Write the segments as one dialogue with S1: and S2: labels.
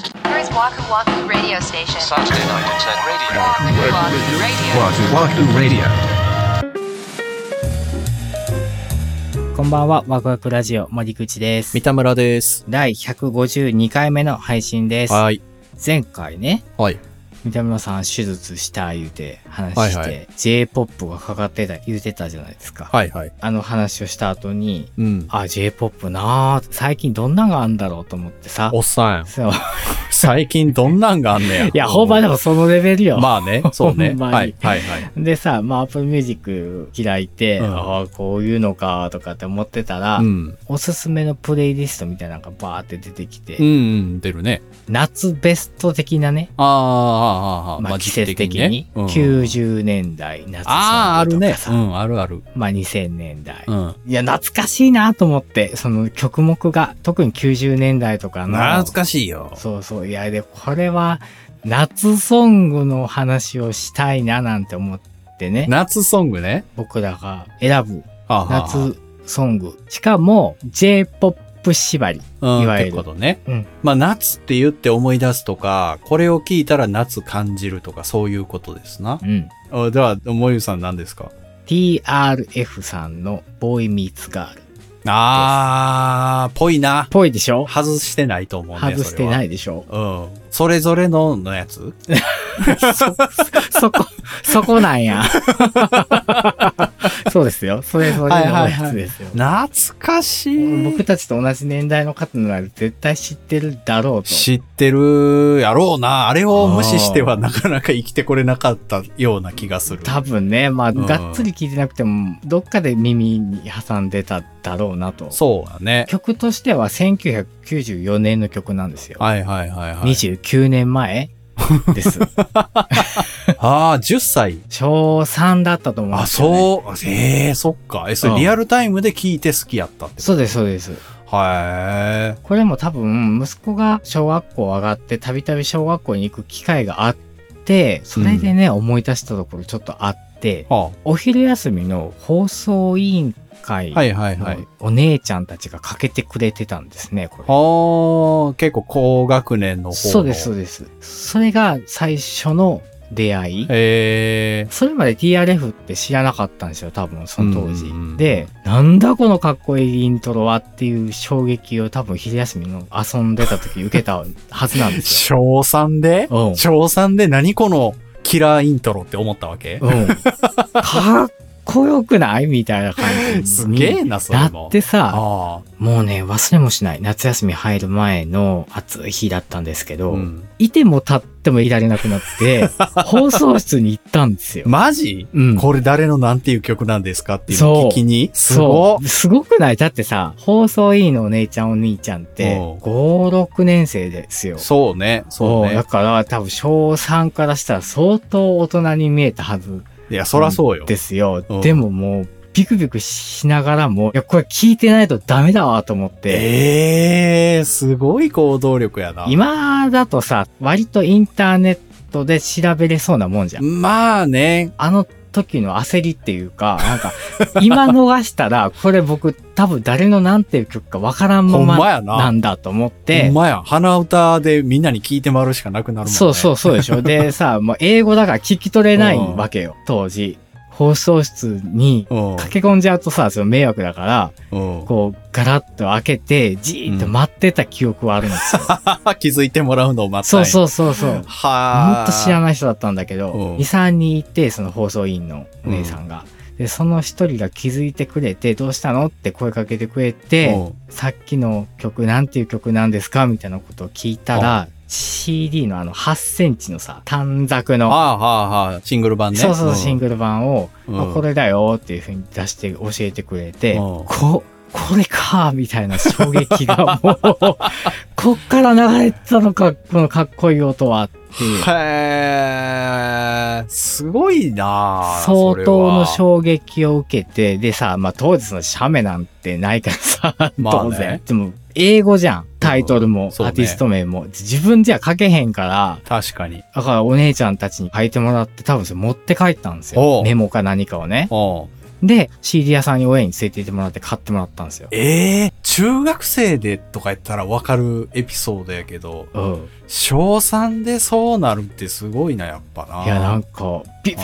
S1: Waku Waku Radio Station.
S2: Saturday night at 10 radio.
S1: Waku Waku Radio.
S3: Wahoo Wahoo Radio.
S4: こんばんは、ワクワクラジオ森口です
S5: 三。田村です。
S4: 第152回目の配信です。
S5: はい。
S4: 前回ね、
S5: はい。
S4: 三田村さん手術した言うて話して、
S5: はいはい
S4: J-POP がかかってた言うてたじゃないですか。
S5: はいはい。
S4: あの話をした後に、
S5: うん。
S4: あ、J-POP なあ最近どんなんがあんだろうと思ってさ
S5: お。っさん。
S4: そう。
S5: 最近どんなんがあんねや。
S4: いや、ほんまでもそのレベルよ。
S5: まあ ね、そうね。
S4: ほんまに
S5: はいはいはい。
S4: でさ、まあ、Apple Music 開いて、
S5: うん
S4: ああ、こういうのか、とかって思ってたら、
S5: うん。
S4: おすすめのプレイリストみたいなのがバーって出てきて、
S5: うんうん、出るね。
S4: 夏ベスト的なね、
S5: あーあー、あーあー、
S4: まあ、季節的
S5: ね
S4: に、
S5: うん
S4: 90年代夏
S5: ああ、
S4: ソ
S5: あ
S4: ング
S5: る
S4: と
S5: ね
S4: か。さ、
S5: うん、あるある。
S4: まあ2000年代、
S5: うん。
S4: いや懐かしいなと思ってその曲目が特に90年代とかの
S5: 懐かしいよ。
S4: そうそういやでこれは夏ソングの話をしたいななんて思ってね
S5: 夏ソングね。
S4: 僕らが選ぶ
S5: はあはあ
S4: 夏ソングしかも J-POP 縛り
S5: うん
S4: いわゆる
S5: ってことね。
S4: うん
S5: まあ、夏って言って思い出すとか、これを聞いたら夏感じるとか、そういうことですな
S4: う。ん
S5: あでは、もゆさん何ですか
S4: TRF さんのボーイミーツガールっ
S5: あー、ぽいな。
S4: ぽいでしょ
S5: 外してないと思うね。。
S4: 外してないいでしょ
S5: うん。それぞれののやつ
S4: そこ、そこなんや。 そうですよ。それぞれのやつですよ。
S5: 懐かしい。
S4: 僕たちと同じ年代の方なら絶対知ってるだろうと。
S5: 知ってるやろうな。あれを無視してはなかなか生きてこれなかったような気がする。
S4: 多分ね、まあ、
S5: ん
S4: がっつり聞いてなくても、どっかで耳に挟んでただろうなと。
S5: そうだね。
S4: 曲としては1994年の曲なんですよ。
S5: はいはいはいはい。
S4: 29年前です。
S5: ああ、10歳。
S4: 小3だったと思うん
S5: あ、
S4: ですよ、ね。う
S5: そう。ええそっか。え、それ
S4: うん
S5: リアルタイムで聞いて好きやったって。
S4: そうです、そうです。
S5: は
S4: これも多分息子が小学校上がってたびたび小学校に行く機会があってそれでね、思い出したところちょっとあって
S5: い。は
S4: お昼休みの放送委員会
S5: あ、はいはいはい
S4: の。お姉ちゃんたちがかけてくれてたんですねこれ。
S5: はあ、結構高学年の方の。
S4: そうですそうです。それが最初の出会い。
S5: え
S4: それまで TRF って知らなかったんですよ多分その当時
S5: うんうんう。ん
S4: でなんだこのかっこいいイントロはっていう衝撃を多分昼休みの遊んでた時受けたはずなんで
S5: え
S4: すよ。
S5: 小3で
S4: うん
S5: 小3で何このキラーイントロって思ったわけ、
S4: うん。かっこよくないみたいな感じ。
S5: すげえな、そ
S4: だ
S5: れも。
S4: ってさ、
S5: あ
S4: もうね、忘れもしない。夏休み入る前の暑い日だったんですけ
S5: あ、
S4: ど、
S5: うん
S4: いても立ってもいられなくなって、 放送室に行ったんですよ。
S5: マジ、
S4: うん
S5: これ誰のなんていう曲なんですかっていうの聞きにすご
S4: そう。すごくないだってさ、放送委員のお姉ちゃんお兄ちゃんって、
S5: うん
S4: 5、6年生ですよ。
S5: っそうね、そう
S4: だ
S5: ね。
S4: から多分小3からしたら相当大人に見えたはず
S5: いや、そらそうよ。
S4: ですよ。
S5: うん
S4: でももう、ビクビクしながらも、いや、これ聞いてないとダメだわと思って、
S5: ええー、すごい行動力やな。
S4: 今だとさ、割とインターネットで調べれそうなもんじゃん。
S5: まあね、
S4: あの時の焦りっていうか、なんか、今逃したら、これ僕多分誰のなんていう曲かわからんま
S5: ほんま
S4: ま
S5: やな。
S4: なんだと思っ
S5: ほ
S4: て
S5: ん、まや。鼻歌でみんなに聞いて回るしかなくなるもんね。。
S4: そうそううそうでしょ。でさ、もう英語だから聞き取れないわけよ、当時。放送室に
S5: うん。
S4: 駆け込んじゃうとさ、その迷惑だから、
S5: うん、
S4: こう、ガラッと開けて、じーっと待ってた記憶はあるんですよ。
S5: 気づいてもらうのを待ったん
S4: そう
S5: や
S4: そうそうそう。も
S5: はあ。
S4: っと知らない人だったんだけど、
S5: うん
S4: 2、3人いて、その放送委員のお姉さんが。で、その一人が気づいてくれて、どうしたのって声かけてくれて、
S5: うん
S4: さっきの曲なんていう曲なんですかみたいなことを聞いたら、CD のあの8センチのさ、短冊
S5: あ
S4: の、
S5: あ、はあ、はあ、シングル版ね。
S4: そうそう、
S5: ん
S4: シングル版を、
S5: うん
S4: あこれだよっていうふうに出して教えてくれ
S5: う
S4: て、
S5: ん
S4: こ、これかみたいな衝撃がも う、こっから流れてたのか、このかっこいい音はっていう、
S5: へー、すごいなあそ
S4: 相
S5: れ
S4: 当の
S5: は
S4: 衝撃を受けて、でさ、まあ当時の写メなんてないからさ、
S5: まあ
S4: 当
S5: ね
S4: 然。でも、英語じゃん。タイトルも、
S5: うんそう
S4: ア
S5: ね
S4: ーティスト名も。自分じゃ書けへんから、
S5: 確かに。
S4: だからお姉ちゃんたちに書いてもらって、多分それ持って帰ったんです
S5: お
S4: よ。
S5: う
S4: メモか何かをね。
S5: お
S4: で、CD 屋さんに親に連れて行ってもらって買ってもらったんですよ。
S5: ええ中学生でとか言ったらわかるエピソードやけど、
S4: うん。
S5: 小3でそうなるってすごいな、やっぱな。
S4: いや、なん
S5: か。
S4: か、ビビビビ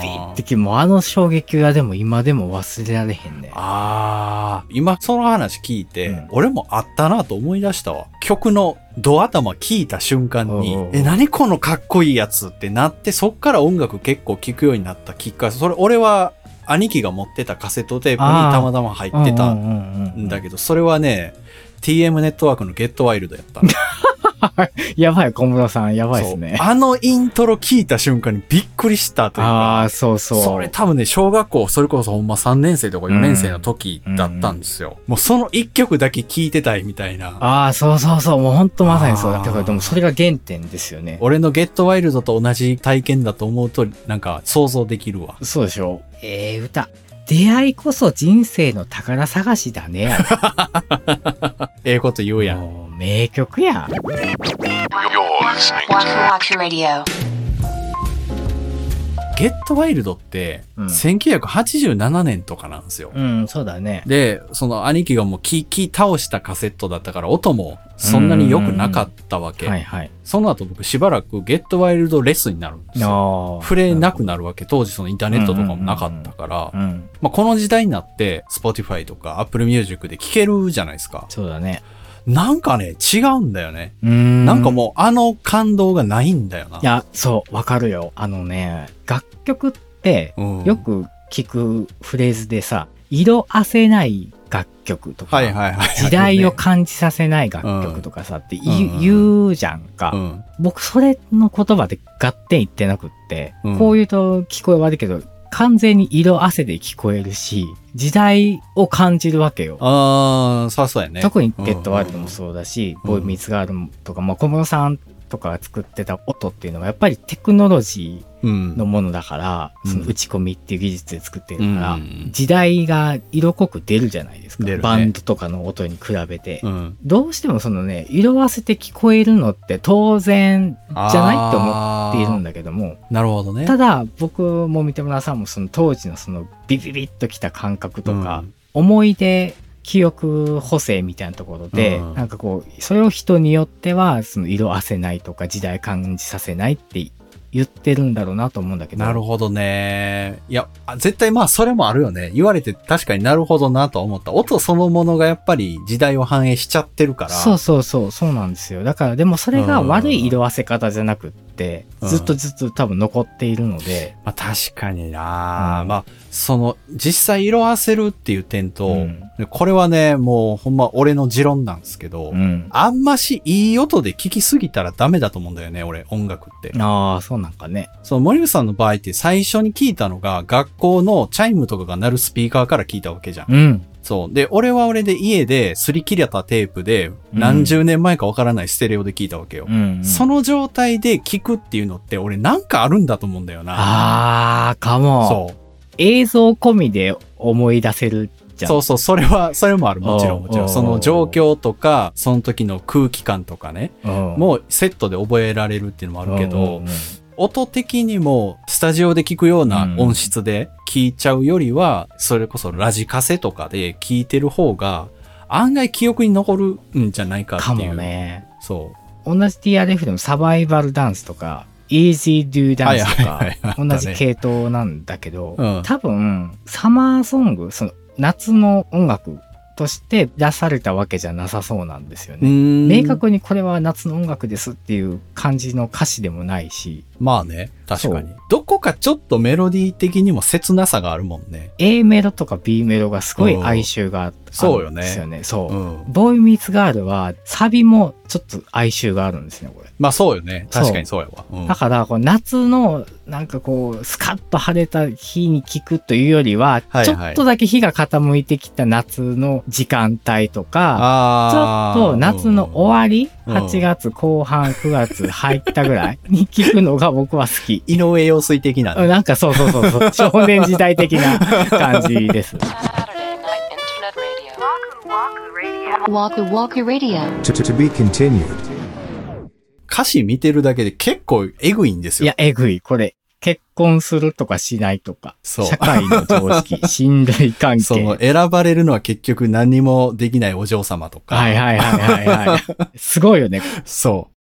S4: ビってき、もうあの衝撃はでも今でも忘れられへんね。
S5: ああ、今その話聞いて、
S4: うん
S5: 俺もあったなと思い出したわ。曲のド頭聞いた瞬間に
S4: おうおうお、う
S5: え、何このかっこいいやつってなって、そっから音楽結構聴くようになったきっかけ、それ俺は兄貴が持ってたカセットテープにたまたま入ってた
S4: うんうんうんうん
S5: んだけど、それはね、TM ネットワークのゲットワイルドやった。
S4: やばい、小室さん、やばいですね
S5: そ。うあのイントロ聞いた瞬間にびっくりしたという
S4: ああ
S5: か、
S4: ー、そうそう。
S5: それ多分ね、小学校、それこそほんま3年生とか4年生の時だったんですよ。もうその1曲だけ聞いてたいみたいな。
S4: ああ、そうそうそう。もうほんとまさにそうだ。
S5: あー
S4: だからでもそれが原点ですよね。
S5: 俺のゲットワイルドと同じ体験だと思うと、なんか想像できるわ。
S4: そうでしょええ歌。出会いこそ人生の宝探しだ ね。
S5: ええこと言うやん。
S4: もう名曲や。
S1: Waku Waku Radio.
S5: ゲットワイルドって、
S4: うん
S5: 1987年とかなんですよ。
S4: うん、そうだね。
S5: で、その兄貴がもう聞き倒したカセットだったから、音もそんなに良くなかったわけ。
S4: はいはい。
S5: その後僕しばらくゲットワイルドレスになるんですよ。
S4: ああ。
S5: 触れなくなるわけ。当時そのインターネットとかもなかったから
S4: う。ん。
S5: まあこの時代になって、Spotify とか Apple Music で聴けるじゃないですか。
S4: そうだね。
S5: なんかね、違うんだよね。
S4: うーん。
S5: なんかもうあの感動がないんだよな。
S4: いや、そう、わかるよ。あのね、楽曲って、
S5: うん
S4: よ。く聞くフレーズでさ、色褪せない楽曲とか、
S5: はいはいはい。
S4: 時代を感じさせない楽曲とかさってい
S5: うん
S4: 言うじゃんか。
S5: うん。
S4: 僕それの言葉で合点言ってなくって、
S5: うん
S4: こう言うと聞こえ悪いけど完全に色汗で聞こえるし時代を感じるわけよ。
S5: あー、そうそうやね。
S4: 特にゲットワールドもそうだし、
S5: うん
S4: ボーイミーツガールもとか、まあ、小室さんとかが作ってた音っていうのはやっぱりテクノロジ
S5: う
S4: ー
S5: ん。
S4: のものだから、
S5: うん
S4: その打ち込みっていう技術で作ってるから、
S5: うん
S4: 時代が色濃く出るじゃないですか、
S5: 出るね
S4: バンドとかの音に比べて。
S5: うん。
S4: どうしてもそのね、色あせて聞こえるのって当然じゃないと思っているん
S5: だ。
S4: だけども、
S5: なるほどね。
S4: ただ僕も三田村さんもその当時のそのビビビッときた感覚とか、
S5: うん
S4: 思い出、記憶補正みたいなところで、
S5: うん
S4: なんかこう、それを人によってはその色あせないとか時代感じさせないって言ってるんだろうなと思うんだけど。
S5: なるほどね。いや、あ絶対まあそれもあるよね。言われて確かになるほどなとは思った。音そのものがやっぱり時代を反映しちゃってるから。
S4: そうそうそう、そうなんですよ。だから、でもそれが悪い色あせ方じゃなくって、
S5: うん
S4: ずっとずっと多分残っているので、
S5: まあ確かにな、
S4: うん
S5: まあ、その、実際色あせるっていう点と、
S4: うん
S5: これはね、もうほんま俺の持論なんですけど、
S4: うん。
S5: あんましいい音で聞きすぎたらダメだと思うんだよね、俺、音楽って。
S4: ああ、そうなんかね。
S5: その森口さんの場合って最初に聞いたのが学校のチャイムとかが鳴るスピーカーから聞いたわけじゃん。
S4: うん。
S5: そう。で、俺は俺で家で擦り切れたテープで、何十年前かわからないステレオで聞いたわけよ。
S4: うん。
S5: その状態で聞くっていうのって俺なんかあるんだと思うんだよな。
S4: ああ、かも。
S5: そう。
S4: 映像込みで思い出せるじゃん。
S5: そうそう、それは、それもある。もちろ
S4: お
S5: ん、
S4: う
S5: もちろ
S4: お
S5: ん。
S4: う
S5: その状況とか、その時の空気感とかね、
S4: うん。
S5: もうセットで覚えられるっていうのもあるけ
S4: うんうん
S5: ど
S4: うん、
S5: 音的にも、スタジオで聞くような音質で聞いちゃうよりは、それこそラジカセとかで聞いてる方が、案外記憶に残るんじゃないか
S4: か
S5: っていう。
S4: もね。
S5: そう。
S4: 同じ TRF でもサバイバルダンスとか、イージードゥダンスと
S5: はいはいはい
S4: か、同じ系統なんだけど、
S5: うん
S4: 多分、サマーソング、その夏の音楽として出されたわけじゃなさそうなんですよね。明
S5: 明
S4: 確にこれは夏の音楽ですっていう感じの歌詞でもないし、
S5: まあね、確かに
S4: そう。
S5: どこかちょっとメロディー的にも切なさがあるもんね。
S4: A メロとか B メロがすごい哀愁があるんです
S5: そう
S4: よ
S5: よ
S4: ね。
S5: ね
S4: そう。
S5: うん。
S4: ボーイミーツガールはサビもちょっと哀愁があるんですね、これ。
S5: まあそうよね。
S4: そう
S5: 確かにそうやわ。うん
S4: だから、こう夏のなんかこう、スカッと晴れた日に聞くというよりは、
S5: はいはい
S4: ちょっとだけ日が傾いてきた夏の時間帯とか、ちょ
S5: あ
S4: っ
S5: ー
S4: と夏の終わり、
S5: うん
S4: 8月後半、9月入ったぐらいに聞くのが僕は好 き。
S5: 井上陽水的な、
S4: うんなんかそうそうそうそう、少年時代的な感じです。
S1: Saturday Night Internet Radio. Waku Waku Radio.
S3: To, to, to be continued.
S5: 歌詞見てるだけで結構エグいんです
S4: い
S5: よ。
S4: や、えぐい。これ、結婚するとかしないとか、
S5: そう
S4: 社会の常 識、信頼関
S5: そ
S4: 係
S5: の。選ばれるのは結局何にもできないお嬢様とか、
S4: はいはいはいはいはい。すごいよね。
S5: そ